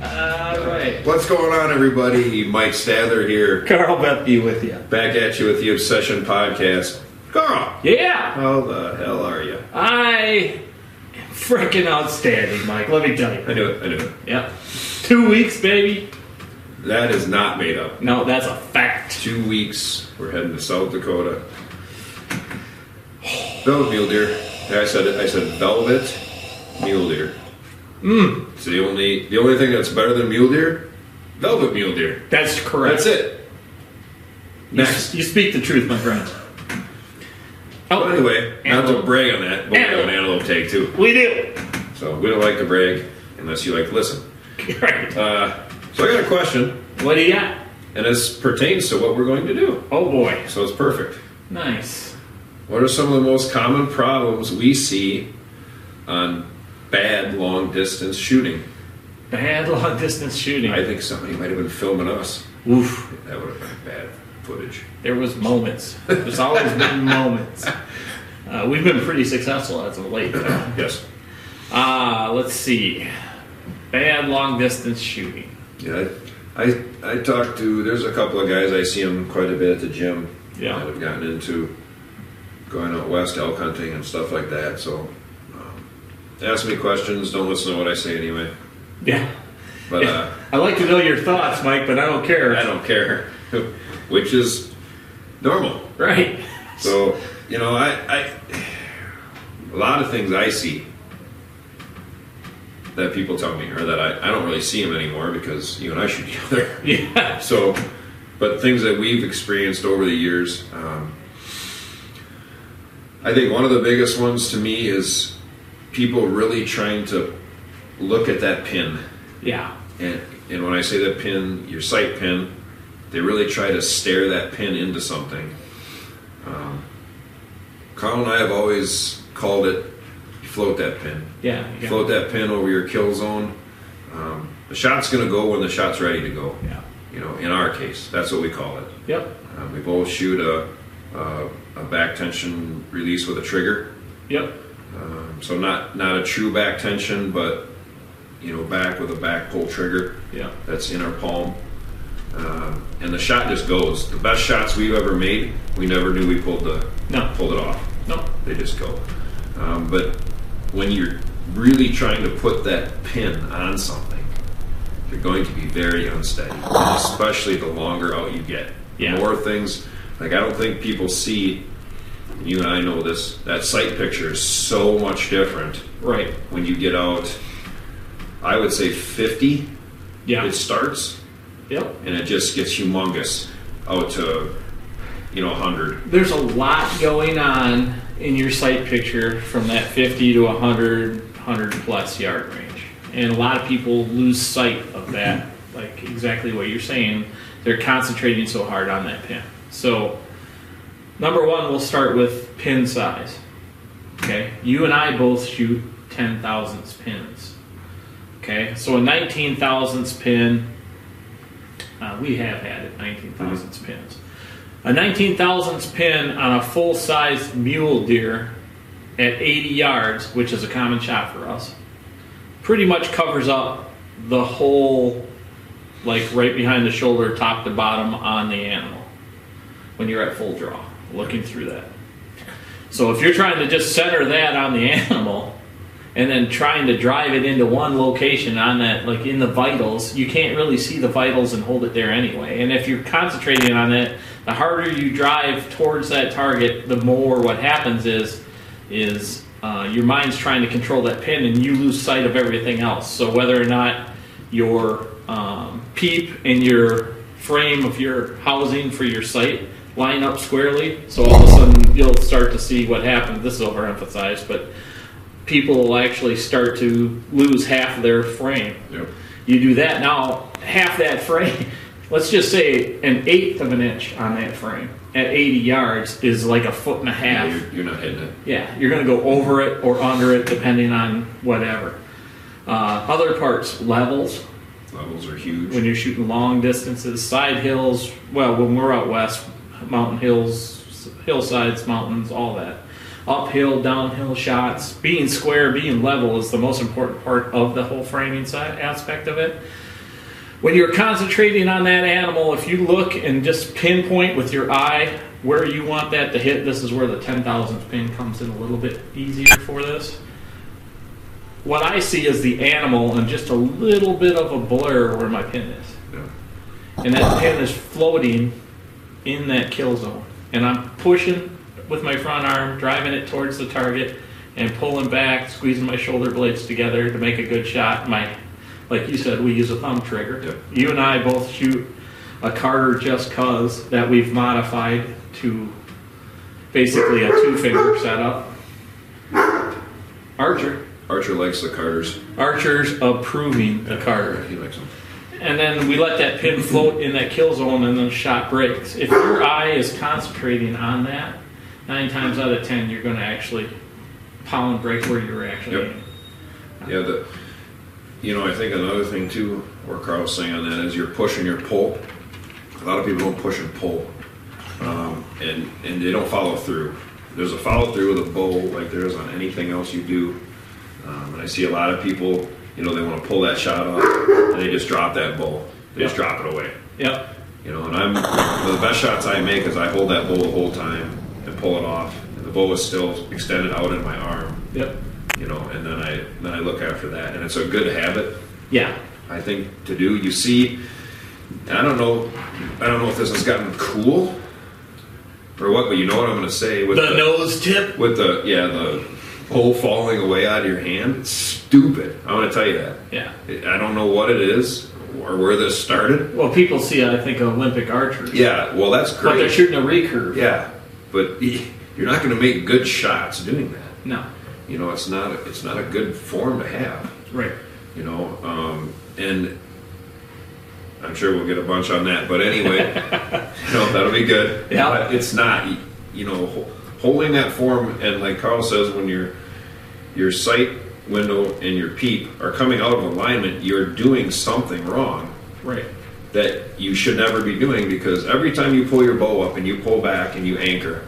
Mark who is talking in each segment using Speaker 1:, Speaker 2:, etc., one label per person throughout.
Speaker 1: All right.
Speaker 2: What's going on, everybody? Mike Stather here,
Speaker 1: Carl Bethke with you.
Speaker 2: back at you with the Obsession Podcast. Carl,
Speaker 1: Yeah,
Speaker 2: how the hell are you?
Speaker 1: I am freaking outstanding, Mike. Let me tell you.
Speaker 2: I knew it. I knew it.
Speaker 1: Yep. Two weeks, baby.
Speaker 2: That is not made up.
Speaker 1: No, that's a fact.
Speaker 2: Two weeks. We're heading to South Dakota. Velvet mule deer. I said it. I said velvet mule deer. Mmm. It's the only the only thing that's better than mule deer. Velvet mule deer.
Speaker 1: That's correct.
Speaker 2: That's it.
Speaker 1: You,
Speaker 2: Next.
Speaker 1: you speak the truth, my friend. Oh,
Speaker 2: Well, anyway, not
Speaker 1: antelope.
Speaker 2: to brag on that, but we have an
Speaker 1: Antelope.
Speaker 2: antelope tag too.
Speaker 1: we do.
Speaker 2: So we don't like to brag unless you like to listen.
Speaker 1: Right.
Speaker 2: Uh, so I got a question,
Speaker 1: What do you got?
Speaker 2: and this pertains to what we're going to do.
Speaker 1: Oh boy.
Speaker 2: So it's perfect.
Speaker 1: Nice.
Speaker 2: What are some of the most common problems we see on bad long distance shooting?
Speaker 1: Bad long distance shooting.
Speaker 2: I think somebody might have been filming us.
Speaker 1: Oof.
Speaker 2: That would have been bad footage.
Speaker 1: There was moments. There's always been moments. Uh, we've been pretty successful as of late. though.
Speaker 2: Yes.
Speaker 1: Uh, let's see. Bad long distance shooting.
Speaker 2: Yeah. I I talked to there's a couple of guys I see them quite a bit at the gym.
Speaker 1: Yeah.
Speaker 2: That have gotten into going out west elk hunting and stuff like that. So um, ask me questions. Don't listen to what I say anyway.
Speaker 1: Yeah.
Speaker 2: But uh,
Speaker 1: I like to know your thoughts, Mike, but I don't care.
Speaker 2: I don't care, which is normal.
Speaker 1: Right.
Speaker 2: So you know, I, I a lot of things I see that people tell me, or that I, I don't really see them anymore because you and I shoot together.
Speaker 1: Yeah.
Speaker 2: So, but things that we've experienced over the years, um, I think one of the biggest ones to me is people really trying to look at that pin.
Speaker 1: Yeah.
Speaker 2: And, and when I say that pin, your sight pin, they really try to stare that pin into something. Um, Colin and I have always called it float that pin.
Speaker 1: Yeah. yeah.
Speaker 2: Float that pin over your kill zone. Um, the shot's going to go when the shot's ready to go
Speaker 1: Yeah.
Speaker 2: you know, in our case, that's what we call it.
Speaker 1: Yep.
Speaker 2: Um, we both shoot a, a, a back tension release with a trigger,
Speaker 1: Yep.
Speaker 2: um, so not not a true back tension, but you know, back with a back pull trigger
Speaker 1: Yep.
Speaker 2: that's in our palm, um, and the shot just goes. The best shots we've ever made, we never knew we pulled the
Speaker 1: No.
Speaker 2: pulled it off.
Speaker 1: No.
Speaker 2: They just go. Um, but when you're really trying to put that pin on something, you're going to be very unsteady, especially the longer out you get.
Speaker 1: Yeah.
Speaker 2: More things, like I don't think people see, and you and I know this, that sight picture is so much different
Speaker 1: Right.
Speaker 2: when you get out, I would say 50,
Speaker 1: Yeah.
Speaker 2: it starts,
Speaker 1: yep.
Speaker 2: and it just gets humongous out to, you know, 100.
Speaker 1: There's a lot going on in your sight picture from that 50 to 100, 100 plus yard range. And a lot of people lose sight of that, like exactly what you're saying. They're concentrating so hard on that pin. So, number one, we'll start with pin size. Okay? You and I both shoot 10 thousandths pins. Okay? So, a 19 thousandths pin, uh, we have had it, 19 thousandths pins. A 19 thousandths pin on a full sized mule deer at 80 yards, which is a common shot for us, pretty much covers up the whole, like right behind the shoulder, top to bottom on the animal when you're at full draw, looking through that. So if you're trying to just center that on the animal and then trying to drive it into one location on that, like in the vitals, you can't really see the vitals and hold it there anyway. And if you're concentrating on it, the harder you drive towards that target, the more what happens is is uh, your mind's trying to control that pin and you lose sight of everything else. So whether or not your um, peep and your frame of your housing for your site line up squarely. So all of a sudden you'll start to see what happened. This is overemphasized, but people will actually start to lose half their frame.
Speaker 2: Yep.
Speaker 1: You do that now, half that frame, let's just say an eighth of an inch on that frame at 80 yards is like a foot and a half.
Speaker 2: You're, you're not hitting it.
Speaker 1: Yeah, you're going to go over it or under it depending on whatever. Uh, other parts, levels,
Speaker 2: Levels are huge.
Speaker 1: when you're shooting long distances, side hills. Well, when we're out west, mountain hills, hillsides, mountains, all that. Uphill, downhill shots, being square, being level is the most important part of the whole framing side aspect of it. when you're concentrating on that animal, if you look and just pinpoint with your eye where you want that to hit, this is where the 10,000th pin comes in a little bit easier for this. What I see is the animal and just a little bit of a blur where my pin is.
Speaker 2: No.
Speaker 1: And that pin is floating in that kill zone. And I'm pushing with my front arm, driving it towards the target, and pulling back, squeezing my shoulder blades together to make a good shot. My, like you said, we use a thumb trigger.
Speaker 2: Yep.
Speaker 1: You and I both shoot a Carter just cause that we've modified to basically a two finger setup. Archer.
Speaker 2: Archer likes the Carters.
Speaker 1: Archer's approving the Carter.
Speaker 2: He likes them.
Speaker 1: And then we let that pin float in that kill zone, and then the shot breaks. If your eye is concentrating on that, nine times out of ten, you're going to actually pound break where you're actually
Speaker 2: Yep.
Speaker 1: aiming.
Speaker 2: Yeah, the, you know, I think another thing too, where Carl's saying on that is you're pushing your pull. A lot of people don't push and pull, um, and and they don't follow through. There's a follow through with a bow, like there is on anything else you do. Um, and I see a lot of people, you know, they want to pull that shot off, and they just drop that bow. They just drop it away.
Speaker 1: Yep.
Speaker 2: You know, and I'm the best shots I make is I hold that bow the whole time and pull it off, and the bow is still extended out in my arm
Speaker 1: Yep.
Speaker 2: you know, and then I then I look after that, and it's a good habit
Speaker 1: Yeah.
Speaker 2: I think to do. You see, I don't know, I don't know if this has gotten cool or what, but you know what I'm going to say with the,
Speaker 1: nose tip.
Speaker 2: with the yeah the pole falling away out of your hand. It's stupid. I'm going to tell you that.
Speaker 1: Yeah.
Speaker 2: I don't know what it is or where this started.
Speaker 1: Well, people see, I think, Olympic archers.
Speaker 2: Yeah, well that's
Speaker 1: But they're
Speaker 2: great.
Speaker 1: shooting a recurve.
Speaker 2: Yeah, but you're not going to make good shots doing that.
Speaker 1: No.
Speaker 2: You know, it's not a, it's not a good form to have.
Speaker 1: Right.
Speaker 2: you know um, and i'm sure we'll get a bunch on that but anyway you know, that'll be good
Speaker 1: Yeah.
Speaker 2: but it's not you- you know ho- holding that form and like carl says when your your sight window and your peep are coming out of alignment you're doing something wrong
Speaker 1: Right.
Speaker 2: that you should never be doing because every time you pull your bow up and you pull back and you anchor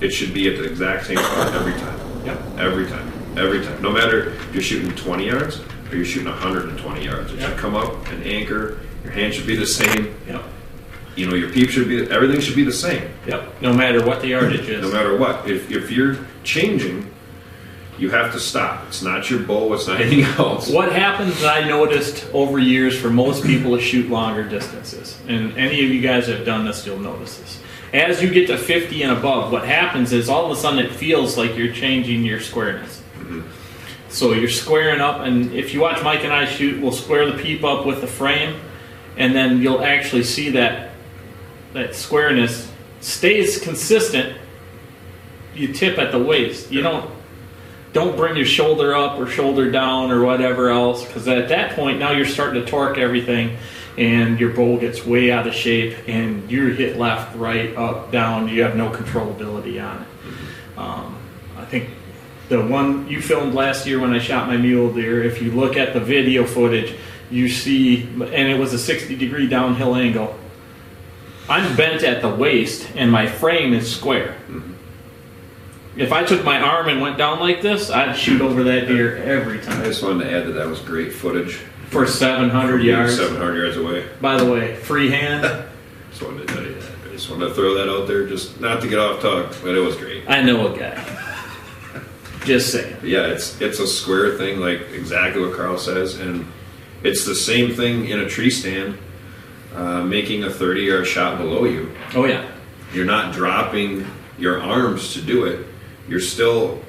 Speaker 2: it should be at the exact same spot every time
Speaker 1: Yep.
Speaker 2: Every time, every time. No matter if you're shooting 20 yards or you're shooting 120 yards, it
Speaker 1: Yeah.
Speaker 2: should come up and anchor. Your hand should be the same.
Speaker 1: Yep.
Speaker 2: You know, your peep should be. Everything should be the same,
Speaker 1: Yep. No matter what the yardage is.
Speaker 2: no matter what. If if you're changing, you have to stop. It's not your bow. It's not anything else.
Speaker 1: What happens that I noticed over years for most people to shoot longer distances, and any of you guys that have done this, you'll notice this. As you get to 50 and above, what happens is all of a sudden it feels like you're changing your squareness. So you're squaring up, and if you watch Mike and I shoot, we'll square the peep up with the frame, and then you'll actually see that that squareness stays consistent. You tip at the waist. You don't don't bring your shoulder up or shoulder down or whatever else, because at that point now you're starting to torque everything, and your bowl gets way out of shape, and you hit left, right, up, down. You have no controllability on it. Um, I think the one you filmed last year when I shot my mule deer, if you look at the video footage, you see, and it was a 60 degree downhill angle. I'm bent at the waist and my frame is square.
Speaker 2: Mm-hmm.
Speaker 1: If I took my arm and went down like this, I'd shoot over that deer every
Speaker 2: I
Speaker 1: time
Speaker 2: just wanted to add that that was great footage.
Speaker 1: for 700 yards.
Speaker 2: Seven hundred yards away.
Speaker 1: By the way, free hand.
Speaker 2: Just wanted to tell you that. I just wanted to throw that out there, just not to get off talk, but it was great.
Speaker 1: I know a guy. Just saying.
Speaker 2: Yeah, it's it's a square thing, like exactly what Carl says, and it's the same thing in a tree stand. Uh, making a 30 yard shot below you,
Speaker 1: Oh yeah.
Speaker 2: you're not dropping your arms to do it. You're still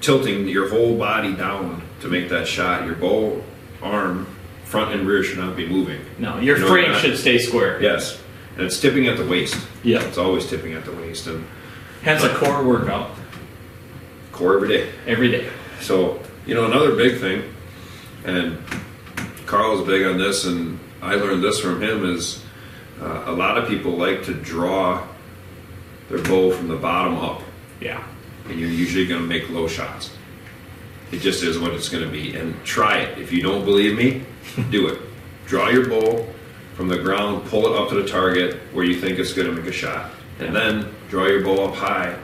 Speaker 2: tilting your whole body down to make that shot. Your bow arm, front and rear, should not be moving.
Speaker 1: No, your
Speaker 2: No,
Speaker 1: frame
Speaker 2: not.
Speaker 1: should stay square.
Speaker 2: Yes, and it's tipping at the waist.
Speaker 1: Yeah.
Speaker 2: it's always tipping at the waist and
Speaker 1: Hence a core workout
Speaker 2: core every day.
Speaker 1: every day.
Speaker 2: So, you know, another big thing, and Carl's big on this, and I learned this from him, is uh, a lot of people like to draw their bow from the bottom up,
Speaker 1: Yeah.
Speaker 2: and you're usually going to make low shots. It just is what it's going to be, and try it. If you don't believe me, do it. Draw your bow from the ground, pull it up to the target where you think it's going to make a shot, and then draw your bow up high,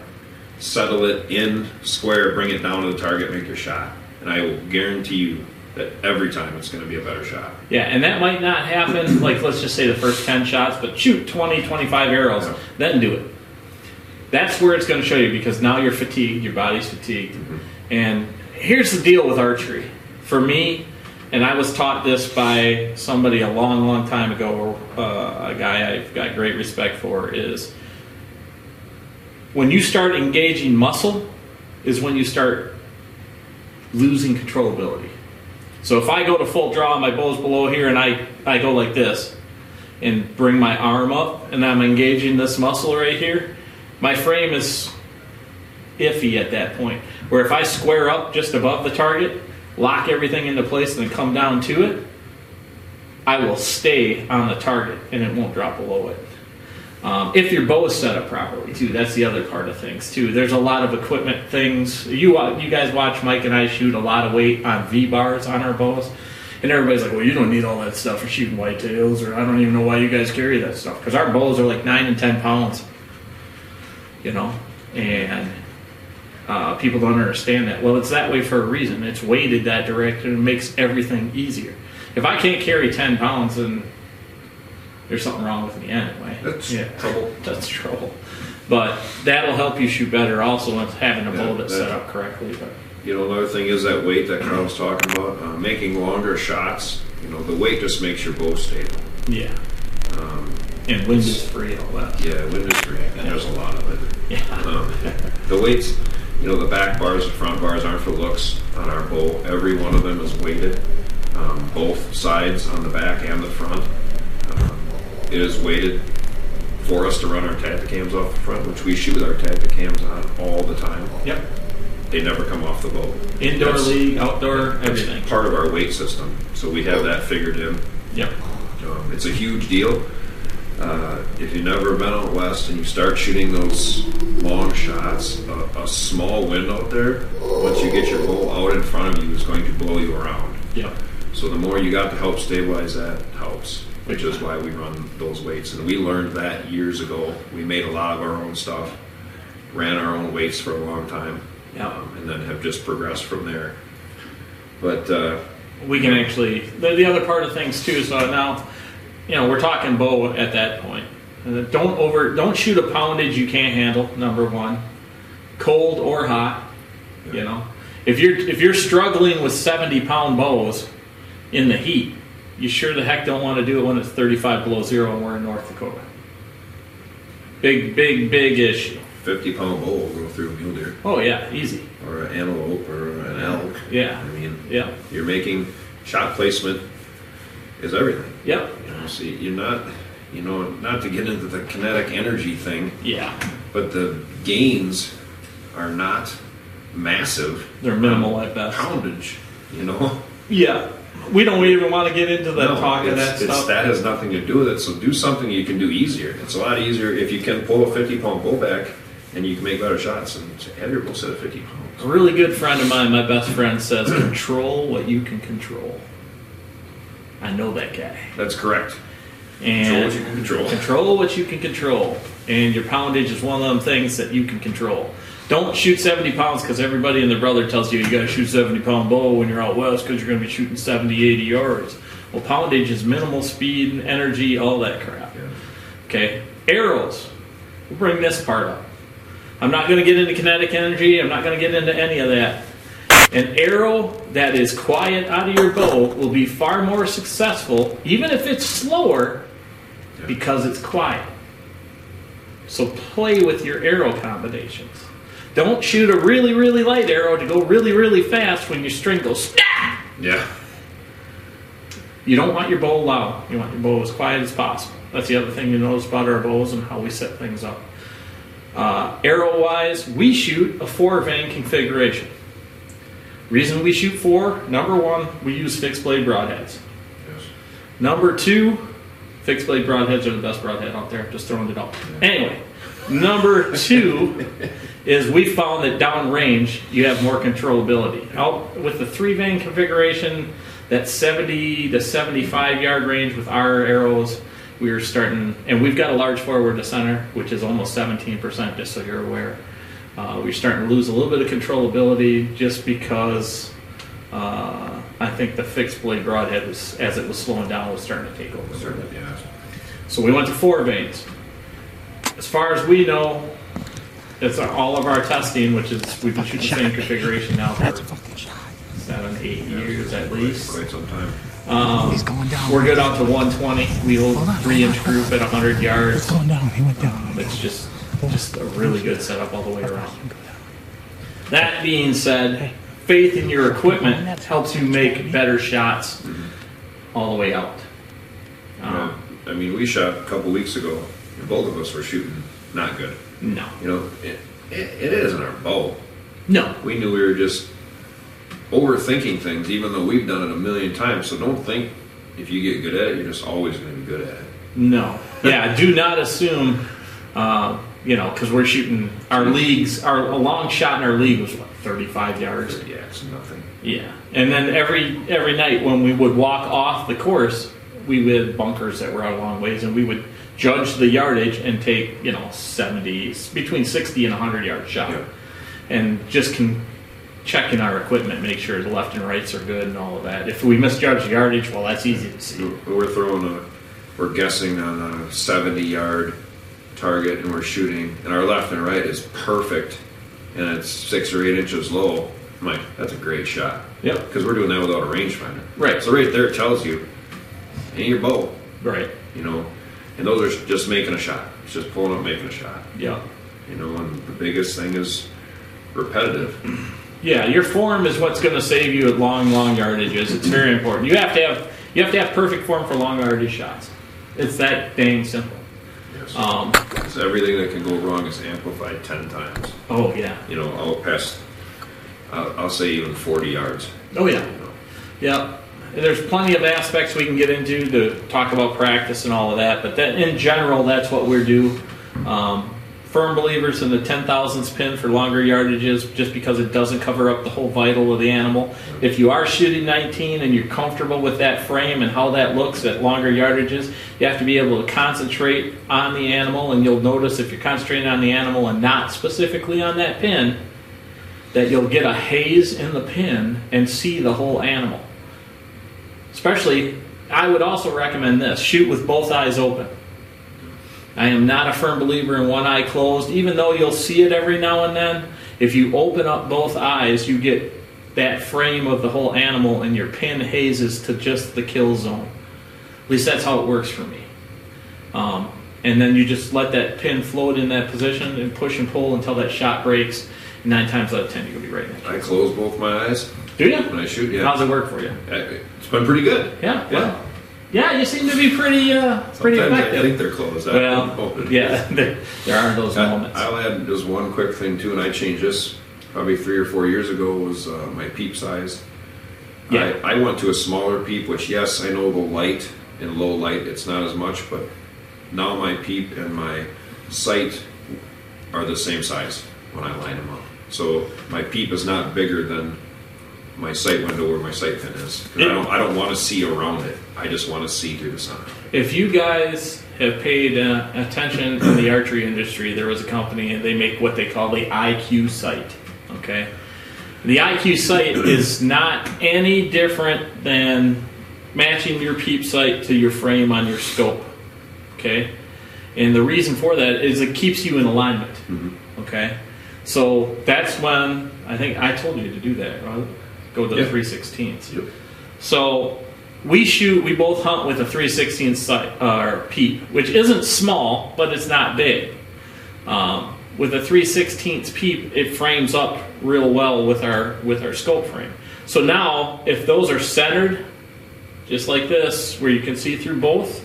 Speaker 2: settle it in square, bring it down to the target, make your shot. And I will guarantee you, that every time it's going to be a better shot.
Speaker 1: Yeah, and that might not happen, like, let's just say the first 10 shots, but shoot 20, 25 arrows,
Speaker 2: Yeah.
Speaker 1: then do it. That's where it's going to show you because now you're fatigued, your body's fatigued. And here's the deal with archery. For me, and I was taught this by somebody a long, long time ago, uh, a guy I've got great respect for, is when you start engaging muscle, is when you start losing controllability. So if I go to full draw, my bow's below here, and I, I go like this, and bring my arm up, and I'm engaging this muscle right here, my frame is iffy at that point. Where if I square up just above the target, lock everything into place, and then come down to it, I will stay on the target, and it won't drop below it. Um, if your bow is set up properly, too, that's the other part of things too. There's a lot of equipment things. You wa- you guys watch Mike and I shoot a lot of weight on V bars on our bows, and everybody's like, "Well, you don't need all that stuff for shooting whitetails," or "I don't even know why you guys carry that stuff," because our bows are like nine and ten pounds, you know, and uh, people don't understand that. Well, it's that way for a reason. It's weighted that direction. It makes everything easier. If I can't carry ten pounds, then there's something wrong with me anyway.
Speaker 2: That's
Speaker 1: yeah
Speaker 2: trouble.
Speaker 1: that's trouble. But that'll help you shoot better also with having a
Speaker 2: Yeah,
Speaker 1: bow that's set
Speaker 2: that-
Speaker 1: up correctly. But
Speaker 2: You know, another thing is that weight that Carl was talking about, uh, making longer shots. You know, the weight just makes your bow stable.
Speaker 1: yeah. Um, and wind is free, all that.
Speaker 2: Yeah, wind is free. and There's a lot of it.
Speaker 1: Yeah.
Speaker 2: Um, the weights, you know, the back bars, the front bars aren't for looks on our bowl. Every one of them is weighted, um, both sides on the back and the front. Um, it is weighted for us to run our tacticams off the front, which we shoot with our tacticams on all the time.
Speaker 1: Yep.
Speaker 2: They never come off the boat.
Speaker 1: Indoor
Speaker 2: That's-
Speaker 1: league, outdoor,
Speaker 2: that's
Speaker 1: everything.
Speaker 2: part of our weight system, so we have that figured in.
Speaker 1: Yep.
Speaker 2: Um, it's a huge deal. Uh, if you've never been out west and you start shooting those long shots, a, a small wind out there, once you get your bow out in front of you, is going to blow you around.
Speaker 1: Yep.
Speaker 2: So the more you got to help stabilize that helps, which is why we run those weights. And we learned that years ago. We made a lot of our own stuff, ran our own weights for a long time,
Speaker 1: Yep.
Speaker 2: um, and then have just progressed from there. But uh,
Speaker 1: we can actually the, the other part of things too so now you know we're talking bow at that point Uh, don't over don't shoot a poundage you can't handle number one cold or hot you know if you're if you're struggling with 70 pound bows in the heat you sure the heck don't want to do it when it's 35 below zero and we're in north dakota big big big issue
Speaker 2: 50 pound bow will go through a mule deer.
Speaker 1: oh yeah easy
Speaker 2: or an antelope or an elk.
Speaker 1: Yeah.
Speaker 2: I mean,
Speaker 1: yeah
Speaker 2: you're making shot placement is everything.
Speaker 1: yep
Speaker 2: You know, so you're not, you know, not to get into the kinetic energy thing,
Speaker 1: yeah
Speaker 2: but the gains are not massive.
Speaker 1: they're minimal at best
Speaker 2: Poundage, you know.
Speaker 1: Yeah, we don't even want to get into that talk of
Speaker 2: it's-
Speaker 1: that
Speaker 2: it's-
Speaker 1: stuff.
Speaker 2: that has nothing to do with it. So do something you can do easier. It's a lot easier if you can pull a 50 pound pull back, and you can make better shots and have your bull set at 50 pounds.
Speaker 1: A really good friend of mine, my best friend, says, "Control what you can control." I know that guy.
Speaker 2: That's correct. Control
Speaker 1: And
Speaker 2: what you can control.
Speaker 1: Control what you can control, and your poundage is one of them things that you can control. Don't shoot 70 pounds because everybody and their brother tells you you got to shoot 70 pound bow when you're out west because you're going to be shooting 70, 80 yards. Well, poundage is minimal speed, energy, all that crap.
Speaker 2: Yeah.
Speaker 1: Okay, arrows. We'll bring this part up. I'm not going to get into kinetic energy. I'm not going to get into any of that. An arrow that is quiet out of your bow will be far more successful, even if it's slower, because it's quiet. So play with your arrow combinations. Don't shoot a really, really light arrow to go really, really fast when your string goes snap.
Speaker 2: Yeah.
Speaker 1: You don't want your bow loud. You want your bow as quiet as possible. That's the other thing you notice about our bows and how we set things up. Uh, arrow wise, we shoot a four vane configuration. Reason we shoot four number one, we use fixed blade broadheads.
Speaker 2: Yes.
Speaker 1: Number two, fixed blade broadheads are the best broadhead out there. Just throwing it out. Anyway, number two is we found that downrange you have more controllability. Out with the three vein configuration, that 70 to 75 yard range with our arrows, we are starting, and we've got a large forward to center, which is almost 17%, just so you're aware. Uh, we're starting to lose a little bit of controllability just because Uh, I think the fixed blade broadhead was, as it was slowing down, was starting to take over.
Speaker 2: Certainly, yeah.
Speaker 1: So we went to four veins. As far as we know, it's all of our testing, which is we've been shooting the same configuration now
Speaker 3: That's a
Speaker 1: for
Speaker 3: fucking shot.
Speaker 1: seven, eight years at least.
Speaker 2: Quite some time.
Speaker 1: Um,
Speaker 3: He's going down.
Speaker 1: we're good out to 120. We hold
Speaker 3: Hold on,
Speaker 1: three inch
Speaker 3: hold on,
Speaker 1: group at 100
Speaker 3: He's
Speaker 1: yards.
Speaker 3: going down. He went down.
Speaker 1: It's just just a really good setup all the way around. That being said, faith in your equipment helps you make better shots all the way out.
Speaker 2: Uh,
Speaker 1: Um,
Speaker 2: I mean, we shot a couple weeks ago. and Both of us were shooting not good.
Speaker 1: no,
Speaker 2: You know, it, it, it isn't our bow.
Speaker 1: no,
Speaker 2: We knew we were just overthinking things, even though we've done it a million times. So don't think if you get good at it, you're just always going to be good at it.
Speaker 1: No. Yeah, do not assume, uh, you know, because we're shooting our leagues. Our a long shot in our league was what thirty-five yards.
Speaker 2: Yeah, it's nothing.
Speaker 1: Yeah, and then every every night when we would walk off the course, we would bunkers that were out a long ways, and we would judge the yardage and take you know seventies between sixty and hundred yard shot,
Speaker 2: Yeah.
Speaker 1: and just can checking our equipment, make sure the left and rights are good and all of that. If we misjudge the yardage, well, that's easy to see.
Speaker 2: We're- We're throwing a, we're guessing on a 70 yard target and we're shooting, and our left and right is perfect, and it's six or eight inches low. I'm like, that's a great shot.
Speaker 1: Yep.
Speaker 2: Because we're doing that without a rangefinder.
Speaker 1: Right.
Speaker 2: So right there it tells you, ain't your bow,
Speaker 1: Right.
Speaker 2: you know. And those are just making a shot. It's just pulling up, making a shot.
Speaker 1: Yeah.
Speaker 2: You know, and the biggest thing is repetitive.
Speaker 1: Yeah, your form is what's going to save you at long, long yardages. It's very important. You have to have you have to have perfect form for long yardage shots. It's that dang simple.
Speaker 2: Yes.
Speaker 1: Um,
Speaker 2: So everything that can go wrong is amplified 10 times.
Speaker 1: oh yeah,
Speaker 2: You know, I'll pass, I'll, I'll say even 40 yards.
Speaker 1: oh yeah,
Speaker 2: you know.
Speaker 1: yeah. And there's plenty of aspects we can get into to talk about practice and all of that, but that in general, that's what we do. Um, firm believers in the ten thousandths pin for longer yardages, just because it doesn't cover up the whole vital of the animal. If you are shooting 19 and you're comfortable with that frame and how that looks at longer yardages, you have to be able to concentrate on the animal, and you'll notice if you're concentrating on the animal and not specifically on that pin, that you'll get a haze in the pin and see the whole animal. Especially, I would also recommend this shoot with both eyes open. I am not a firm believer in one eye closed, even though you'll see it every now and then. If you open up both eyes, you get that frame of the whole animal and your pin hazes to just the kill zone. At least that's how it works for me. Um, and then you just let that pin float in that position and push and pull until that shot breaks. Nine times out of ten, you'll be right next.
Speaker 2: I close both my eyes
Speaker 1: Do you?
Speaker 2: when I shoot. Yeah,
Speaker 1: How's it work for you?
Speaker 2: I- it's been pretty good.
Speaker 1: Yeah.
Speaker 2: Yeah.
Speaker 1: Well, yeah, you seem to be pretty, uh, pretty
Speaker 2: Sometimes I
Speaker 1: effective.
Speaker 2: think they're closed. I don't know.
Speaker 1: Well, yeah, there, there are those moments.
Speaker 2: I, Uh, I'll add just one quick thing too, and I changed this probably three or four years ago. Was uh, my peep size?
Speaker 1: Yeah.
Speaker 2: I, I went to a smaller peep, which yes, I know the light and low light, it's not as much, but now my peep and my sight are the same size when I line them up. So my peep is not bigger than my sight window where my sight pin is. 'Cause I don't, I don't want to see around it. I just want to see through the sun.
Speaker 1: If you guys have paid uh, attention in the archery industry, there was a company and they make what they call the IQ sight. Okay, the IQ sight is not any different than matching your peep sight to your frame on your scope. Okay, and the reason for that is it keeps you in alignment.
Speaker 2: Mm-hmm.
Speaker 1: Okay, so that's when I think I told you to do that. Right? Go to the
Speaker 2: Yeah.
Speaker 1: three sixteenths.
Speaker 2: Yep.
Speaker 1: So we shoot, we both hunt with a 316 sight, uh, peep, which isn't small, but it's not big. Um, with a 316 peep, it frames up real well with our with our scope frame. So now, if those are centered, just like this, where you can see through both,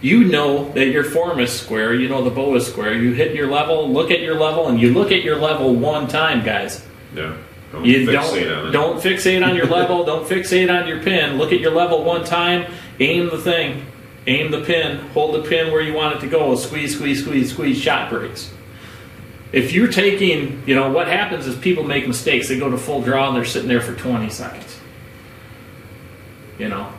Speaker 1: you know that your form is square. You know the bow is square. You hit your level, look at your level, and you look at your level one time, guys.
Speaker 2: Yeah. Don't
Speaker 1: You
Speaker 2: fixate
Speaker 1: don't
Speaker 2: on it.
Speaker 1: don't fixate on your level. don't fixate on your pin. Look at your level one time. Aim the thing. Aim the pin. Hold the pin where you want it to go. Squeeze, squeeze, squeeze, squeeze. Shot breaks. If you're taking, you know, what happens is people make mistakes. They go to full draw and they're sitting there for 20 seconds. You know,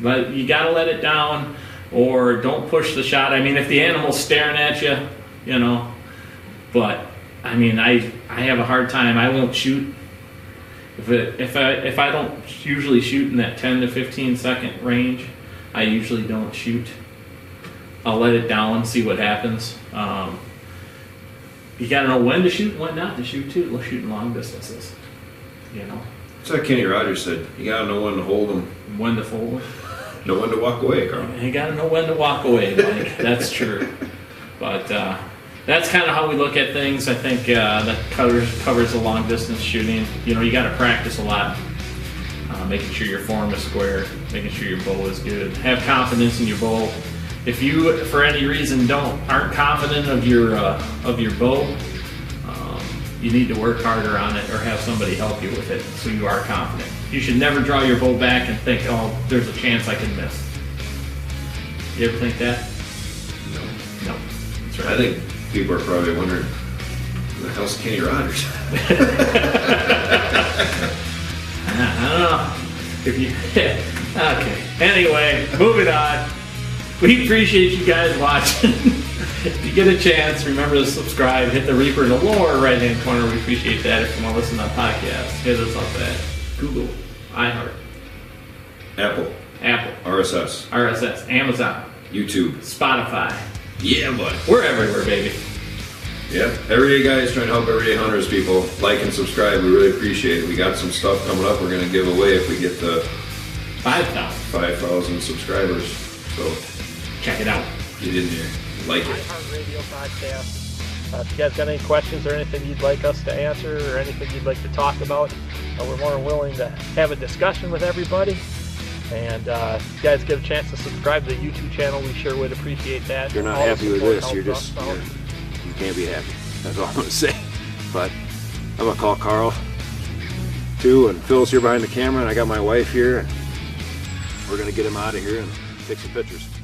Speaker 1: but you got to let it down or don't push the shot. I mean, if the animal's staring at you, you know. But I mean, I I have a hard time. I won't shoot If it, if I if I don't usually shoot in that ten to fifteen second range, I usually don't shoot. I'll let it down, see what happens. Um, you gotta know when to shoot, and when not to shoot too. We're shooting long distances, you know,
Speaker 2: It's like Kenny Rogers said, you gotta know when to hold them,
Speaker 1: and when to fold.
Speaker 2: know when to walk away, Carl.
Speaker 1: And you got to know when to walk away, Mike. that's true. But uh, that's kind of how we look at things. I think uh, that covers covers the long distance shooting. You know, you got to practice a lot, uh, making sure your form is square, making sure your bow is good. Have confidence in your bow. If you, for any reason, don't aren't confident of your uh, of your bow, um, you need to work harder on it or have somebody help you with it so you are confident. You should never draw your bow back and think, oh, there's a chance I can miss. You ever think that? No. That's
Speaker 2: I
Speaker 1: right.
Speaker 2: think people are probably wondering, who the hell's Kenny Rogers?
Speaker 1: I don't know. Uh-huh. If you, okay. Anyway, moving on. We appreciate you guys watching. if you get a chance, remember to subscribe. Hit the Reaper in the lower right hand corner. We appreciate that. If you want to listen to the podcast, hit us up at Google, iHeart,
Speaker 2: Apple,
Speaker 1: Apple,
Speaker 2: RSS,
Speaker 1: RSS, Amazon,
Speaker 2: YouTube.
Speaker 1: Spotify.
Speaker 2: Yeah, bud.
Speaker 1: We're everywhere, baby.
Speaker 2: Yep. Everyday guys trying to help everyday hunters people. Like and subscribe. We really appreciate it. We got some stuff coming up we're going to give away if we get the
Speaker 1: 5,000.
Speaker 2: 5,000 subscribers. So
Speaker 1: Check it out.
Speaker 2: get in there. Like it.
Speaker 4: iHeartRadio podcast. Uh, if you guys got any questions or anything you'd like us to answer or anything you'd like to talk about, uh, we're more than willing to have a discussion with everybody. And uh, if you guys get a chance to subscribe to the YouTube channel, we sure would appreciate that.
Speaker 5: you're not
Speaker 4: All the
Speaker 5: happy with
Speaker 4: support
Speaker 5: this, you're
Speaker 4: helps
Speaker 5: just
Speaker 4: us out.
Speaker 5: you're, you can't be happy. That's all I'm gonna say. But I'm gonna call Carl too, and Phil's here behind the camera, and I got my wife here, and we're gonna get him out of here and take some pictures.